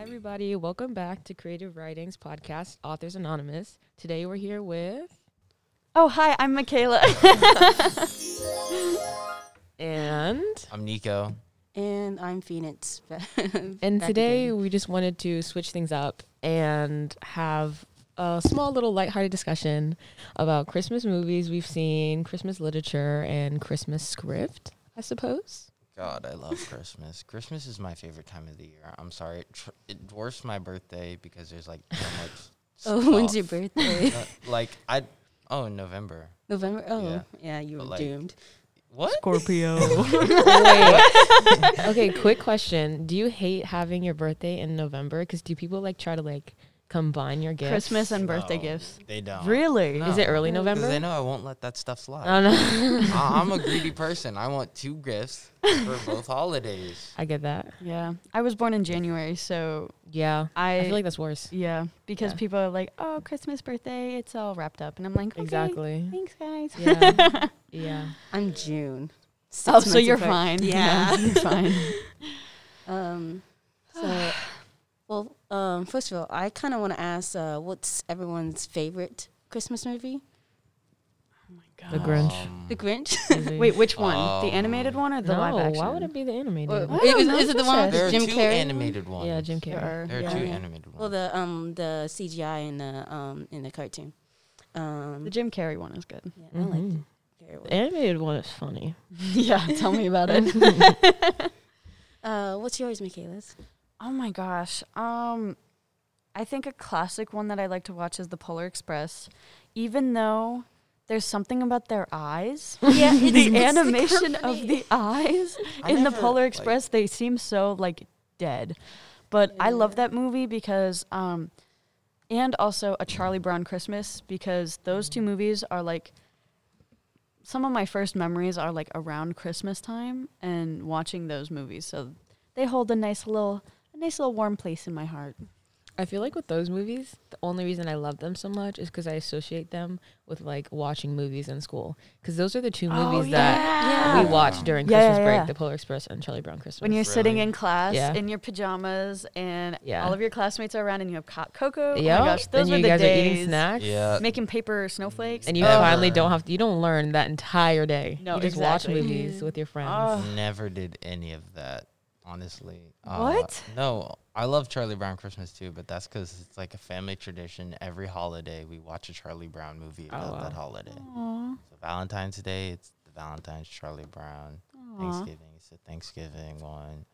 everybody. Welcome back to Creative Writings Podcast, Authors Anonymous. Today we're here with, Oh, hi, I'm Michaela. and I'm Nico. And I'm Phoenix. and Back today again. we just wanted to switch things up and have a small little lighthearted discussion about Christmas movies we've seen, Christmas literature, and Christmas script. I suppose. God, I love Christmas. Christmas is my favorite time of the year. I'm sorry, it, tr- it dwarfs my birthday because there's like so much. Oh, when's your stuff. birthday? Uh, like I, oh, in November. November. Oh, Yeah. yeah, you were But, like- doomed. What? Scorpio. Oh, Wait. okay, quick question. Do you hate having your birthday in November? Because do people like try to like combine your gifts? Christmas and birthday No, gifts. They don't. really? No. Is it early 'Cause November? Um, they know I won't let that stuff slide. I don't know. I- I'm a greedy person. I want two gifts for both holidays. I get that. Yeah. I was born in January, so Yeah. I, I, feel like that's worse. yeah, because Yeah. people are like, "Oh, Christmas birthday, it's all wrapped up." And I'm like, okay, Oh, Exactly. Thanks, guys. Yeah. yeah. I'm June. Six oh, so months you're apart. fine. Yeah. you're fine. Um, so, well, um, first of all, I kind of want to ask uh, what's everyone's favorite Christmas movie? The Grinch. Um, The Grinch? Easy. Wait, which one? Um, the animated one or the no, live action? why would it be the animated? Or- one? I don't is, know, is it the one there are with Jim two Carrey? animated ones. Yeah, Jim There Carrey. are- There are yeah. two Yeah. animated ones. Well, the um the CGI in the um in the cartoon. The Um, Mm-hmm. Jim Carrey one is good. yeah, I like Mhm. Carrey one. The animated one is funny. yeah, tell me about it. Uh, what's yours, Michaela's? Oh my gosh. Um I think a classic one that I like to watch is The Polar Express. Even though there's something about their eyes, Yeah, it's, the animation of the eyes I in the never, Polar like- Express, they seem so like dead. But I love Yeah. that movie because um and also A Charlie Brown Christmas because those two movies are like some of my first memories are like around Christmas time and watching those movies. So they hold a nice little a nice little warm place in my heart. I feel like with those movies, the only reason I love them so much is because I associate them with like watching movies in school. Because those are the two movies Oh, yeah. that we watch during Yeah, Christmas yeah, break: yeah. The Polar Express and Charlie Brown Christmas. when you're sitting Really? in class Yeah. in your pajamas and Yeah. all of your classmates are around and you have hot cocoa. yeah, Oh my gosh, those and you were the guys days. are eating snacks. Yeah. Making paper snowflakes. And you Never. finally don't have to, you don't learn that entire day. No, you just exactly. watch movies with your friends. Oh. Never did any of that, honestly. Uh, What? No, I love Charlie Brown Christmas too, but that's because it's like a family tradition. Every holiday, we watch a Charlie Brown movie Oh, about wow. that holiday. Aw, So Valentine's Day, it's the Valentine's Charlie Brown. aw. Thanksgiving, it's the Thanksgiving one.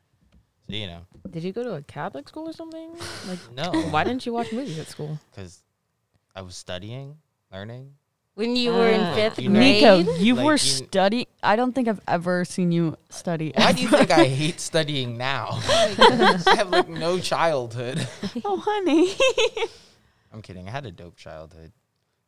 So you know, Did you go to a Catholic school or something? Like, oh, no, why didn't you watch movies at school? Because I was studying, learning. When you were in Ah. fifth You know- grade. Nico, you Like, were you- study. I don't think I've ever seen you study. Why do you think I hate studying now? I have like no childhood. oh, honey. I'm kidding. I had a dope childhood.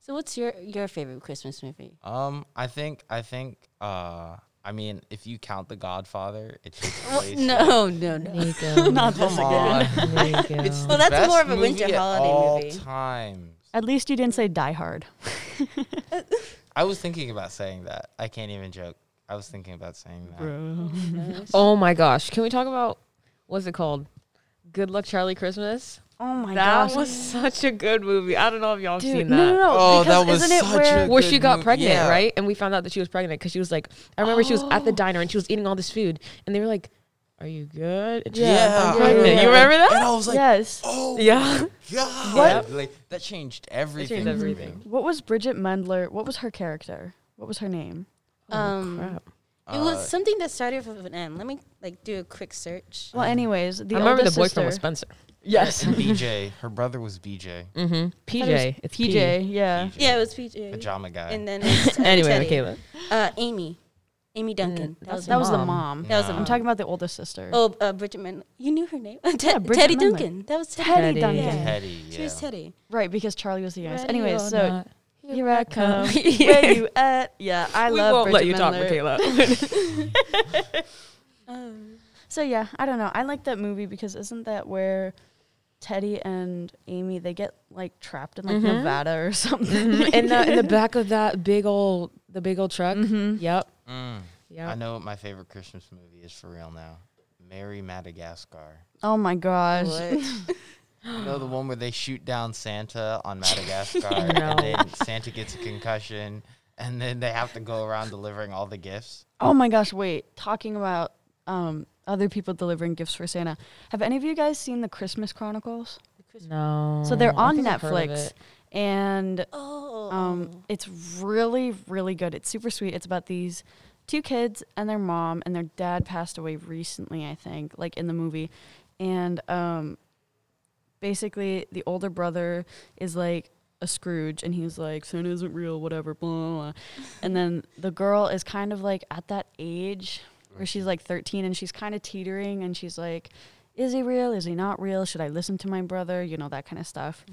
So, what's your your favorite Christmas movie? Um, I think I think uh I mean if you count the Godfather, it's just Well, way sick. no, no, no. Nico. Not Come this on. again. Nico. It's Well, the that's best more of a movie winter at holiday all movie. Times. At least you didn't say Die Hard. I was thinking about saying that. I can't even joke. I was thinking about saying that. Bro. oh my gosh. Can we talk about what's it called? Good Luck Charlie Christmas? Oh my that gosh. was such a good movie. I don't know if y'all have Dude, seen that. no, no, no. Oh, because that was isn't it such a where, Where she good got mov- pregnant, yeah. right? And we found out that she was pregnant because she was like, I remember she was at the diner and she was eating all this food, and they were like, "Are you good?" And she was Yeah, like, "I'm yeah, pregnant." yeah, yeah. You remember And that? I was like, yes. oh Yeah. God. What? Like that changed everything. for me. everything. What was Bridget Mendler? What was her character? What was her name? Um, Crap. It Uh, was something that started with an M. Let me like do a quick search. Well, anyways, the I remember the Mm-hmm. oldest boyfriend was sister- Spencer. Yes. Uh, BJ. Her brother was BJ. Mm-hmm. I PJ. thought it was it's PJ. PJ. Yeah. BJ, Yeah, it was PJ. Pajama guy. And then it's, uh, Anyway, Teddy. Michaela. Uh, Amy, Amy Duncan. that's That was the Mom. mom. That was a Nah. I'm talking about the oldest sister. Oh, uh, Bridget Mendler. You knew her name. Ted- Bridget Teddy Mendler. Duncan. That was Teddy. Teddy, Teddy. Duncan. Yeah. Teddy. Yeah. She was Teddy. Right, because Charlie was the youngest. Ready Anyways, or so not, Here I come. Yeah. Where you at? Yeah, I we love. won't let Bridget you talk, Mendler. Michaela. Oh, So yeah, I don't know. I like that movie because isn't that where Teddy and Amy they get like trapped in like Mhm. Nevada or something? in the in the back of that big old the big old truck. Mhm. Yep. Mm. I Yep. know what my favorite Christmas movie is for real now. Mary Madagascar. Oh my gosh. You know the one where they shoot down Santa on Madagascar, No. and then Santa gets a concussion, and then they have to go around delivering all the gifts. Oh my gosh, wait. Talking about um, other people delivering gifts for Santa. Have any of you guys seen the Christmas Chronicles? No. So they're Mm, I on think I've heard of Netflix it. and Oh. um, it's really, really good. It's super sweet. It's about these two kids and their mom, and their dad passed away recently, I think, like in the movie. And um, basically, the older brother is like a Scrooge, and he's like, Santa isn't real, whatever, blah, blah, blah. and then the girl is kind of like at that age where she's like 13 and she's kind of teetering, and she's like, is he real? Is he not real? Should I listen to my brother? You know, that kind of stuff.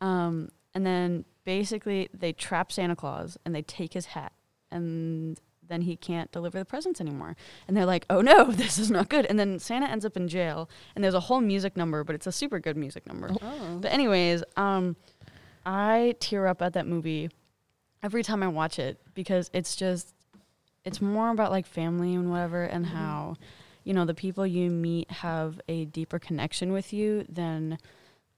Um, and then basically they trap Santa Claus and they take his hat and then he can't deliver the presents anymore. And they're like, oh no, this is not good. And then Santa ends up in jail and there's a whole music number, but it's a super good music number. Oh. But anyways, um, I tear up at that movie every time I watch it because it's just it's more about like family and whatever and how you know the people you meet have a deeper connection with you than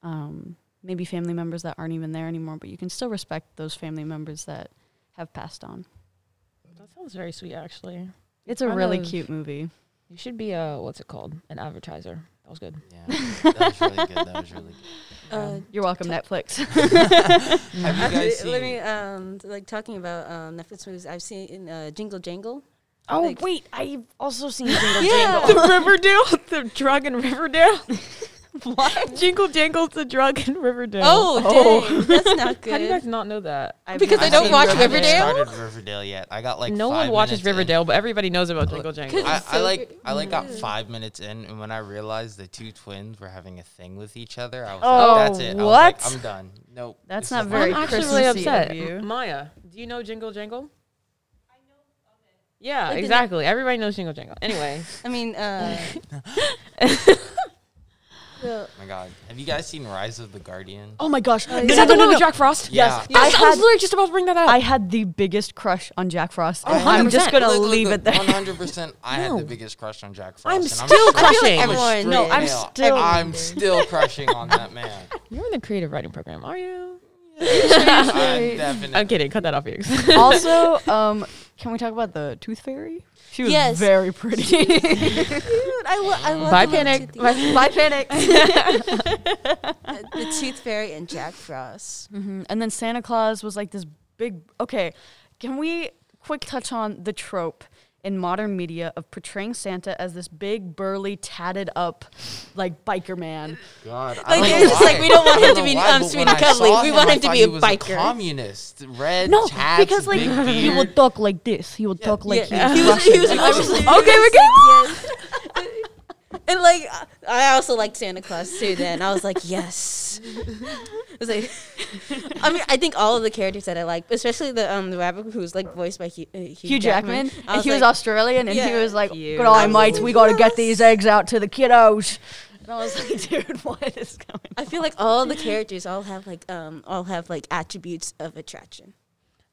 um, maybe family members that aren't even there anymore, but you can still respect those family members that have passed on. That sounds very sweet, actually. It's a Kind really of- cute movie. You should be a what's it called? An advertiser. That was good. Um, Yeah, that was really good. That was really good. Uh, You're welcome, Netflix. Have you actually, guys seen? Uh, let me um like talking about um, Netflix movies. I've seen uh, Jingle Jangle. oh Like- wait, I've also seen Jingle Yeah. Jangle. Riverdale, the drug in Riverdale. what? Jingle Jangle's the drug in Riverdale. Oh, dang, that's not good. How do you guys not know that? I've Because not I don't seen watch I haven't Riverdale? started Riverdale yet. I got like no five one watches minutes in. Riverdale, but everybody knows about Jingle Jangle. I, It's I so like good. I like got Yeah. five minutes in, and when I realized the two twins were having a thing with each other, I was Oh, like, "That's it. I was like, what? I'm done. Nope. That's this not is very I'm actually Christmassy really of upset. you. M- Maya, do you know Jingle Jangle? Yeah, Like the- exactly. Everybody knows Jingle Jangle. Anyway, I mean, uh, well, Oh my god. Have you guys seen Rise of the Guardian? Oh my gosh. yeah. Is that the one with Jack Frost? Yeah. Yes, I I, was had- literally just about to bring that up. I had the biggest crush on Jack Frost. Oh, and I'm just 100%. gonna Look, look, leave look, it there. 100%. I had No. the biggest crush on Jack Frost. I'm and still sure- crushing. I'm a Everyone straight did. I'm male. still- I'm still crushing on that man. You're in the creative writing program, are you? I'm definitely. I'm kidding. Cut that off, Felix. also, um, can we talk about the Tooth Fairy? She was Yes. very pretty. dude, I, wa- I love Bye, the little Panic. toothy- Bye, Panic. uh, the Tooth Fairy and Jack Frost. Mm-hmm. and then Santa Claus was like this big. Okay, can we quick touch on the trope in modern media of portraying Santa as this big, burly, tatted up, like biker man? God, I Like, don't they're know just like, why. we don't want I him to know be, why, um, but sweet when and I cuddly. saw We him, want I him to thought be he a was biker. communist, red No, tats, because like big he beard. would talk like this. He would talk like yeah. he he was was, he was Russian. I was like, Okay, we're good. yes. And like, I also liked Santa Claus too. Then I was like, yes. I was like, I mean, I think all of the characters that I liked, especially the um the rabbit who's like voiced by Hugh, uh, Hugh, Hugh Jackman, I and he was like, Australian, and he Yeah. was like, Cute. "Good eye, I'm mates, we got to yes. get these eggs out to the kiddos." And I was like, "Dude, what is going?" I feel like all the characters all have like um all have like attributes of attraction.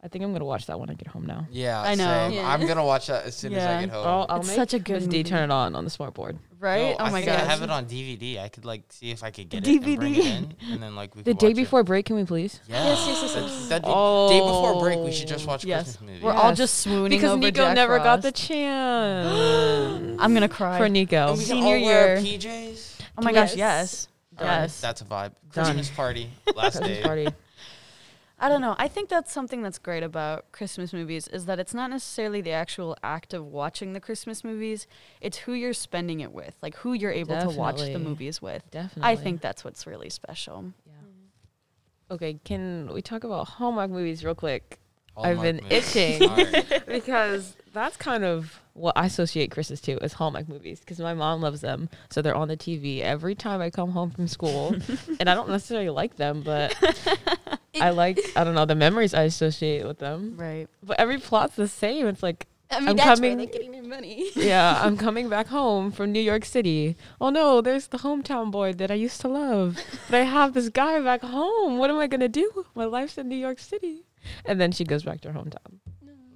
I think I'm gonna watch that when I get home now. Yeah, I know. same. Yeah. Oh, I'm gonna watch that as soon as Yeah. I get home. I'll, I'll It's make such a good Miss movie. D turn it on on the smart board. Right? No, oh I my think I gosh! have it on DVD. I could like see if I could get it and bring it DVD. in, and then like we The could day watch it. before break, can we please? Yeah. Yes, yes, yes, yes. That, that day, day before break, we should just Oh. watch yes, Christmas movies. we're all Yes. just swooning because over Nico Jack never got the Frost. chance I'm gonna cry. for Nico. And we can Senior "Oh, all wear year. PJs. oh my gosh! Yes, Done. yes. That's a vibe. Done. Christmas party. Last Christmas day. party. I don't know. I think that's something that's great about Christmas movies is that it's not necessarily the actual act of watching the Christmas movies; it's who you're spending it with, like who you're able to watch the Definitely. movies with. Definitely. I think that's what's really special. Okay, can we talk about Hallmark movies real quick? All I've my been movies. itching. All right. because that's kind of what I associate Chris's to is Hallmark movies because my mom loves them, so they're on the TV every time I come home from school, and I don't necessarily like them, but I like I don't know the memories I associate with them. Right. But every plot's the same. It's like I mean, I'm that's coming- where they're getting their money. yeah, I'm coming back home from New York City. Oh no, there's the hometown boy that I used to love. But I have this guy back home. What am I gonna do? My life's in New York City. And then she goes back to her hometown.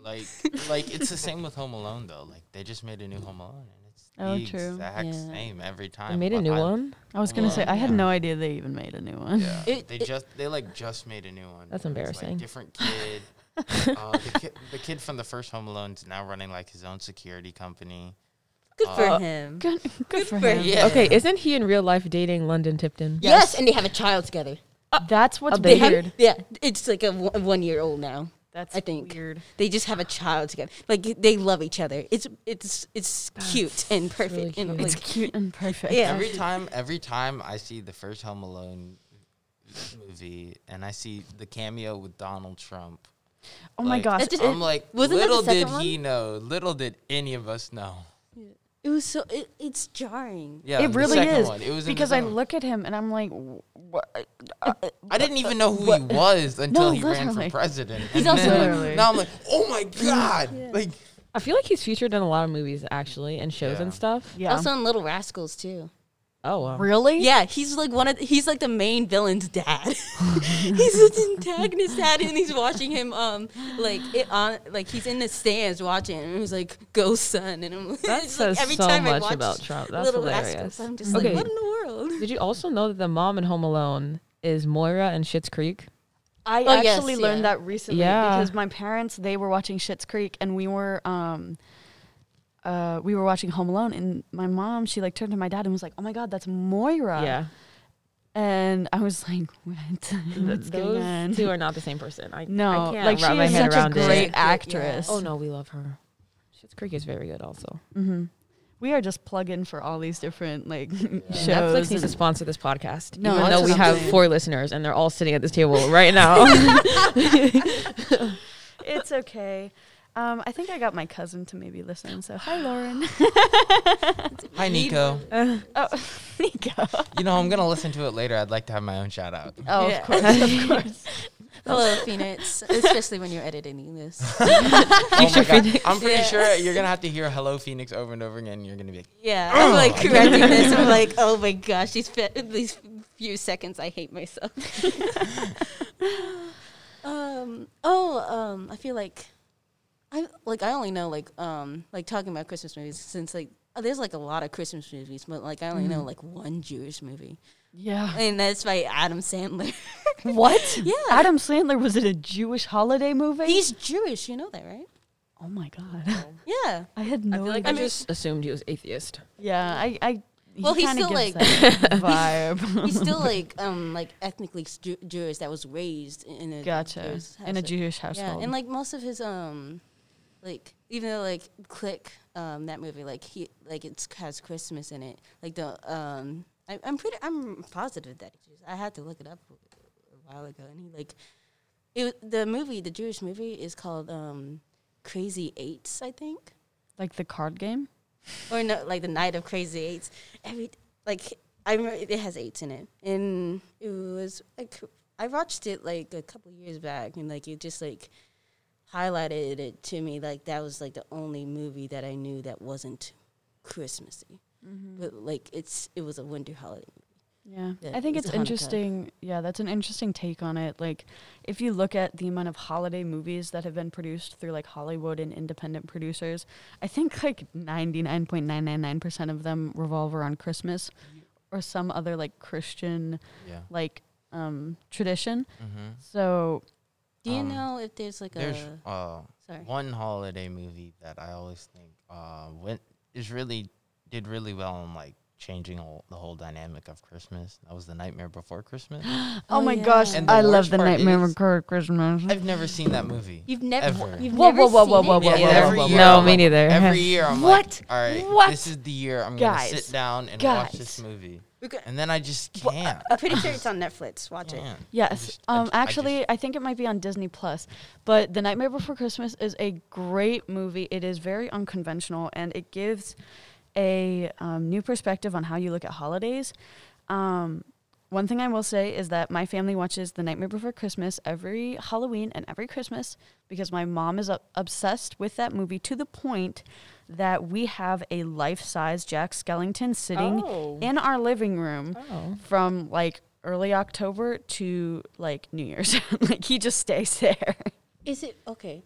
Like, like it's the same with Home Alone though. Like they just made a new Home Alone, and It's Oh, the true. exact Yeah. same every time. I made a but new I- one. I was gonna say I had Yeah. no idea they even made a new one. Yeah. It- they it- just they like just made a new one. That's where it's, embarrassing. Like different kid. uh, the kid. The kid from the first Home Alone is now running like his own security company. Good for Uh, him. Good, good, for for him. Yeah. Okay, isn't he in real life dating London Tipton? Yes. Yes. and they have a child together. That's what's A They baby. weird. have, yeah, it's like a one year old now. That's I think. weird. They just have a child together. Like they love each other. It's it's it's cute and perfect really and cute. like It's cute and perfect. Yeah. Every time, every time I see the first Home Alone movie and I see the cameo with Donald Trump. Oh my like, gosh. That's just- I'm like, wasn't that the little did second one? he know, little did any of us know. it was so it, it's jarring. Yeah, it the really second is one. It was in the because I second one. look at him and I'm like, what? Uh, I didn't even know who he was until No, he ran literally. for president. He's And also- then, like, Literally. now I'm like, oh my god, like I feel like he's featured in a lot of movies actually and shows Yeah. and stuff. yeah. Also in Little Rascals too. Oh wow. really? Yeah, he's like one of he's like the main villain's dad. he's the antagonist dad, and he's watching him. Um, like it on like he's in the stands watching, and he's like, "Go son!" And I'm like, That it's says like every so time I much watch about Trump. That's Little hilarious. Rascals, I'm just Okay. like, what in the world? Did you also know that the mom in Home Alone is Moira in Schitt's Creek? I Oh, yes, actually learned yeah. that recently Yeah. because my parents they were watching Schitt's Creek and we were um uh we were watching Home Alone and my mom she like turned to my dad and was like, "Oh my god, that's Moira." yeah. And I was like, "What? What's going on?" Those two are not the same person. I no, I can't like wrap she my is head such a around it. great Yeah. actress. Oh no, we love her. Schitt's Creek is very good also. hmm We are just plugging for all these different like shows. Netflix needs and- to sponsor this podcast, No, even that's though we what I'm have saying. four listeners and they're all sitting at this table right now. it's okay. Um, I think I got my cousin to maybe listen. So hi, Lauren. Hi Nico. oh, Nico. You know, I'm gonna listen to it later. I'd like to have my own shout out. Oh, Yeah. of course, of course. Hello, Phoenix. Especially when you're editing this. Oh my god. I'm pretty Yeah. sure you're gonna have to hear Hello Phoenix over and over again. and You're gonna be like, Yeah, I'm like correcting this. I'm like, oh my gosh, these fe- these few seconds, I hate myself. um. Oh. Um. I feel like, I like I only know like um like talking about Christmas movies since like oh, there's like a lot of Christmas movies, but like I only know like one Jewish movie, Yeah. and that's by Adam Sandler. What? yeah, Adam Sandler was it a Jewish holiday movie? he's Jewish. You know that, right? oh my god. Yeah. I had no. I feel like I, idea. mean- just assumed he was atheist. yeah, I. I Well, he he's kinda still, gives like- that vibe. He's still like um like ethnically Jew- Jewish that was raised in a gotcha. Jewish In a household. Jewish household. Yeah, and like most of his um, like even though like Click um that movie like he like it's has Christmas in it like the um I, I'm pretty I'm positive that it's Jewish. I had to look it up a while ago and he like it wa- the movie the Jewish movie is called um Crazy Eights I think Like the card game. or no like the Night of Crazy Eights every like I remember it has eights in it and it was like I watched it like a couple years back and like it just like highlighted it to me like that was like the only movie that I knew that wasn't Christmassy. Mm-hmm. But like it's it was a winter holiday. Yeah. Yeah, I think it's it's a Hanukkah. interesting. Yeah, that's an interesting take on it. Like, if you look at the amount of holiday movies that have been produced through like Hollywood and independent producers, I think like 99.999% of them revolve around Christmas or some other like Christian yeah. like um tradition. Mm-hmm. So, Do you Um, know if there's like There's a uh, sorry? one holiday movie that I always think uh, went is really did really well in like changing all, the whole dynamic of Christmas. That was the Nightmare Before Christmas. oh, Oh, my yeah. gosh, And the I love worst the part Nightmare is- Before Christmas. I've never seen that movie. You've never Ever. you've Whoa, never whoa, whoa, seen whoa, it? whoa, whoa, Yeah, whoa, whoa, every whoa, year no, I'm me like- neither. Every year I'm What? like, all right, What? this is the year I'm gonna Guys. sit down and watch this Guys. movie, We could- and then I just can't. I'm pretty sure it's on Netflix. uh, Watch it. can't. I Yes. just- I um, ju- I just- actually, I, think it might be on Disney Plus. But The Nightmare Before Christmas is a great movie. It is very unconventional and it gives a um, new perspective on how you look at holidays. Um, one thing I will say is that my family watches The Nightmare Before Christmas every Halloween and every Christmas because my mom is up- obsessed with that movie to the point that we have a life size Jack Skellington sitting Oh. in our living room Oh. from like early October to like New Year's. like he just stays there. Is it okay?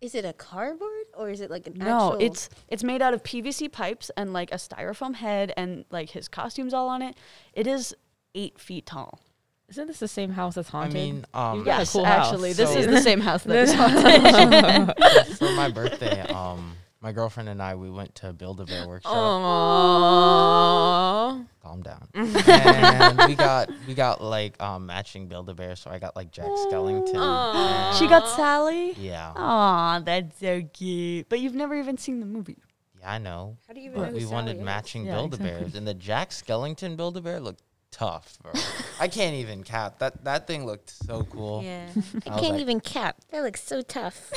Is it a cardboard or is it like an No, actual? it's it's made out of PVC pipes and like a styrofoam head and like his costume's all on it. It is eight feet tall. Isn't this the same house that's I haunted? mean, um, got a Yes, cool house, actually, this so- is the same house that This- is haunted. for my birthday, um, my girlfriend and I we went to Build a Bear workshop. Oh, Aww. Calm down. and we got we got like um, matching Build a Bear, so I got like Jack Skellington. and- She got Sally. yeah, Aw, that's so cute. But you've never even seen the movie. yeah, I know. How do you even know But who we Sally wanted is? matching Yeah, Build a Bears, and the Jack Skellington Build a Bear looked tough, bro. I can't even cap that. That thing looked so cool. Yeah, I was like, even cap. That looks so tough.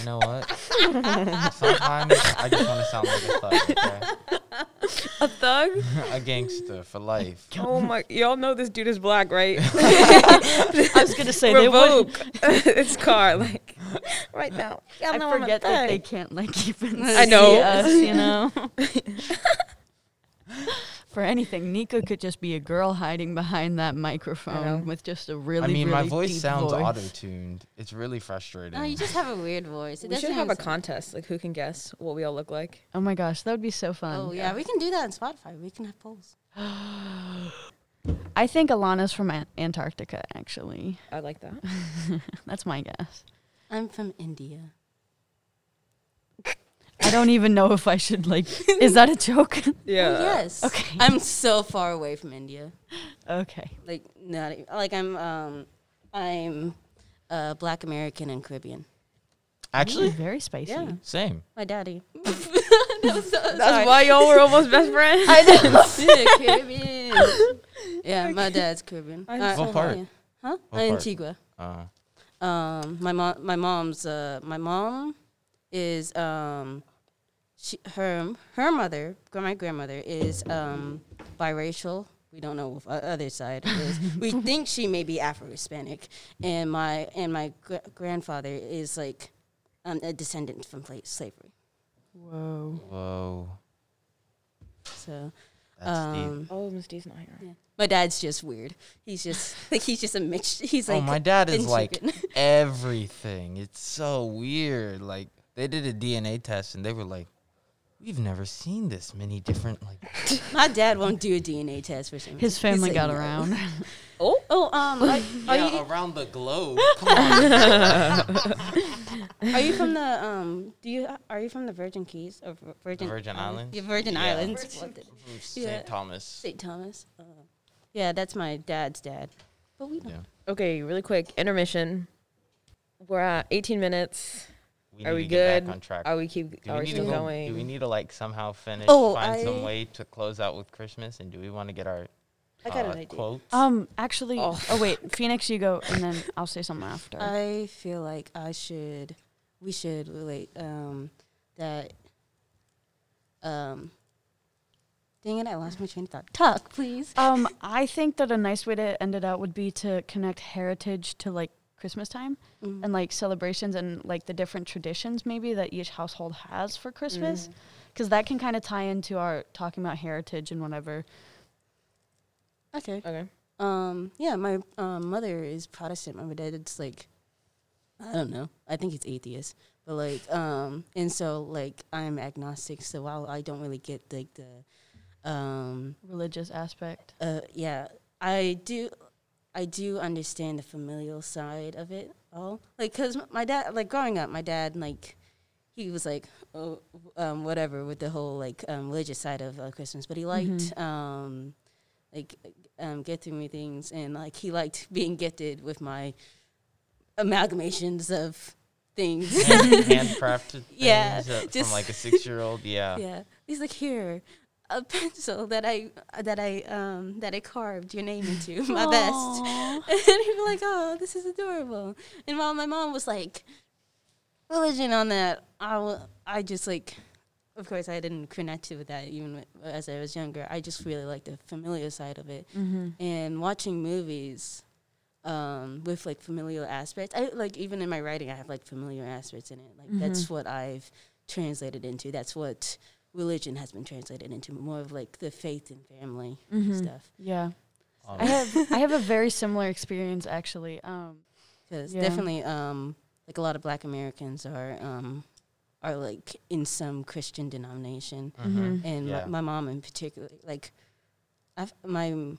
You know what? Sometimes I just want to sound like a thug, okay? A thug? a gangster for life. Oh my! Y'all know this dude is black, right? I was gonna say they would. Revoke its car, like right now. Y'all I know I'm a forget that they thug. can't like even I I know. know. see us, you know. For anything, Nico could just be a girl hiding behind that know. microphone with just a really. I mean, my really voice deep sounds voice. auto-tuned. It's really frustrating. No, you just have a weird voice. It We should doesn't have a sound- contest, like who can guess what we all look like. Oh my gosh, that would be so fun. Oh yeah, we can do that on Spotify. We can have polls. I think Alana's from An- Antarctica. Actually, I like that. that's my guess. I'm from India. I don't even know if I should like. is that a joke? Yeah. Oh, yes. okay. I'm so far away from India. okay. Like not e- like I'm um I'm uh, Black American and Caribbean. Actually, Actually, very spicy. Yeah. same. My daddy. That's why y'all were almost best friends. I know. Caribbean. Yeah, my dad's Caribbean. I'm Uh, so What part? yeah. Huh? What part? Antigua. Uh, Um, my mom. My mom's. Uh, my mom is. Um, she, her her mother, gr- my grandmother, is um, biracial. We don't know what the other side is. we think she may be Afro Hispanic, and my and my gr- grandfather is like um, a descendant from pla- slavery. Whoa. whoa, So that's deep. um, Oh, Miss D's not here. my dad's just weird. He's just like he's just a mix. He's oh, like my dad is into like it. everything. It's so weird. Like they did a DNA test and they were like, "We've never seen this many different like." my dad won't do a DNA test for some His reason. family He's like, got "No." around. Oh, oh, um, are, are yeah, you around the globe. Come on. Are you from the um? Do you are you from the Virgin Keys or Vir- Virgin Virgin Islands? Yeah, Virgin Yeah. Islands. What the- From St. Yeah. Thomas. St. Thomas. Uh, yeah, that's my dad's dad. But we don't. Yeah. Okay, really quick intermission. We're at 18 minutes. We Are need we to get good? back on track. Are we keep? do are we we need to still go, going? Do we need to like somehow finish? Oh, find some I- way to close out with Christmas, and do we want to get our I got uh, an idea. quotes? Um, actually, Oh. oh. wait, Phoenix, you go, and then I'll say something after. I feel like I should, we should relate um, that. Um, dang it! I lost my train of thought. Talk, please. um, I think that a nice way to end it out would be to connect heritage to like Christmas time Mm-hmm. and like celebrations and like the different traditions maybe that each household has for Mm. Christmas, because that can kind of tie into our talking about heritage and whatever. Okay. Okay. Um. Yeah. My um, mother is Protestant. My dad's like, I don't know. I think it's atheist. But like, um, and so like I'm agnostic. So while I don't really get like the, um, Religious aspect. uh, yeah, I do, I do understand the familial side of it all. Like, cause my dad, like growing up, my dad like. He was like, oh, um, whatever, with the whole like um, religious side of uh, Christmas, but he liked um, like um, get through me things, and like he liked being gifted with my amalgamations of things. Hand, handcrafted Yeah, things uh, just- from like a six-year-old. Yeah. yeah, he's like here, a pencil that I that I um that I carved your name into my best, Aw. and he'd be like, oh, this is adorable. And while my mom was like, religion on that, I wa- I just like. Of course, I didn't connect with that even wi- as I was younger. I just really liked the familiar side of it. Mm-hmm. and watching movies um, with like familial aspects. I like even in my writing, I have like familiar aspects in it. Like that's what I've translated into. That's what religion has been translated into. More of like the faith and family Mm-hmm. stuff. Yeah, Um, I have I have a very similar experience actually. Um, Because Yeah. definitely, um, like a lot of Black Americans are um, are like in some Christian denomination, Uh-huh. Mm-hmm. Mhm. and Yeah. my, my mom in particular, like, I've, my m-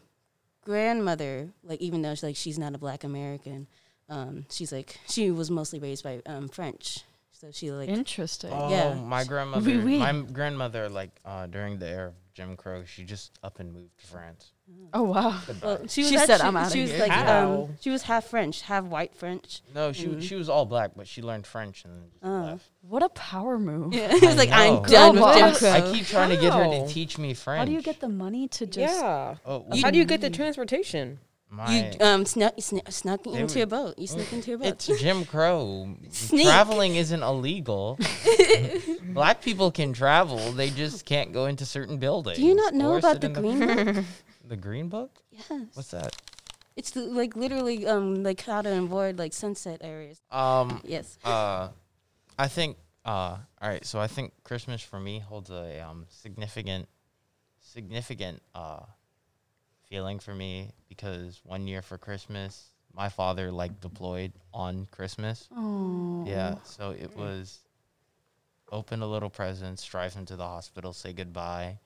grandmother, like, even though she's like she's not a Black American, um, she's like she was mostly raised by um, French, so she like Interesting. Oh, Yeah. my grandmother. Oui, oui. My m- grandmother, like uh, during the era of Jim Crow, she just up and moved to France. Oh wow. Goodbye. uh, Well, she was She actually, said, "I'm outta she was here." like How? um, she was half French, half white French. no, she mm. she was all black, but she learned French and then just Oh. left. What a power move. Yeah, it was like I'm know. done with Girl Jim boss. Crow. I keep trying to get her How? to teach me French. How do you get the money to just yeah. Oh, How do you get the transportation? my, you um snuck, snuck, snuck They into would- your boat. You snuck into your boat. It's Jim Crow. Sneak. Traveling isn't illegal. Black people can travel. They just can't go into certain buildings. Do you not know or about sit the in green book? The green book? yes, What's that? it's the, like literally um like how to avoid like sunset areas. Um. Yes, Uh, I think. Uh. All right. So I think Christmas for me holds a um significant, significant uh, feeling for me because one year for Christmas, my father like deployed on Christmas. Oh. Yeah. So it was open a little presents, drive him to the hospital, say goodbye.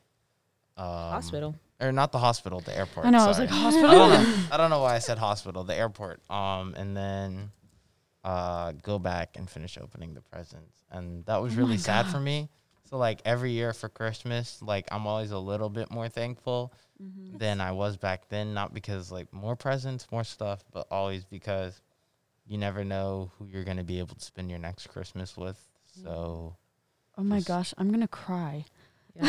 Um, Hospital. Or not the hospital, the airport. I know. I was sorry. like hospital. I don't know. I don't know why I said hospital, the airport. Um, and then uh, go back and finish opening the presents, and that was Oh really my sad for gosh. me. So like every year for Christmas, like I'm always a little bit more thankful Mm-hmm. than I was back then. Not because like more presents, more stuff, but always because you never know who you're gonna be able to spend your next Christmas with. Mm. So Oh my Just- gosh, I'm gonna cry. you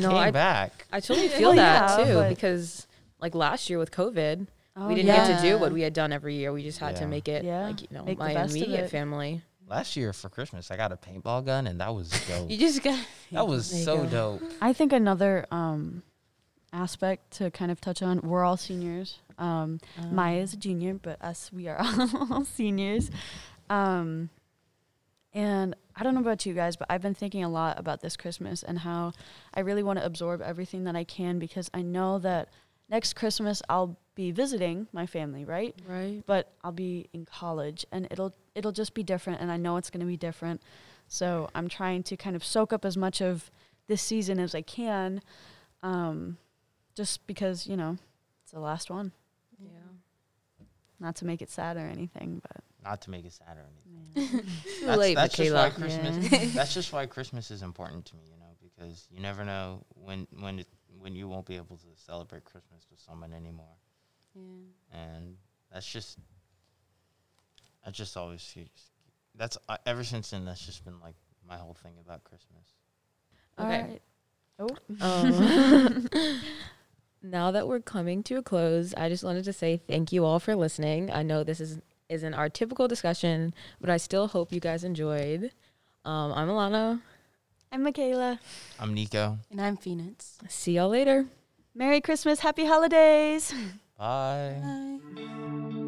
No, came I- back. I totally Yeah. feel Well, that yeah, too but- because like last year with COVID, Oh, we didn't get to yeah. do what we had done every year. We just had to Yeah. make it Yeah. like you know Make the my best of immediate it. family. Last year for Christmas, I got a paintball gun, and that was dope. you just got. that was There you so go. dope. I think another um, aspect to kind of touch on. We're all seniors. Um, Oh. Maya is a junior, but us, we are all seniors. Um, and I don't know about you guys, but I've been thinking a lot about this Christmas and how I really want to absorb everything that I can because I know that next Christmas I'll be visiting my family, right? Right. but I'll be in college and it'll it'll just be different and I know it's going to be different. So I'm trying to kind of soak up as much of this season as I can um just because, you know, it's the last one. Yeah. Not to make it sad or anything, but Not to make it sad or anything. Too That's, late, that's just Michaela. why Christmas. that's just why Christmas is important to me, you know, because you never know when when it, when you won't be able to celebrate Christmas with someone anymore, and that's just I just always see that's uh, ever since then that's just been like my whole thing about Christmas. Okay. All right. Oh. Um, now that we're coming to a close, I just wanted to say thank you all for listening. I know this is isn't our typical discussion, but I still hope you guys enjoyed. Um, I'm Alana. I'm Michaela. I'm Nico. And I'm Phoenix. See y'all later. Merry Christmas, happy holidays. Bye. Bye.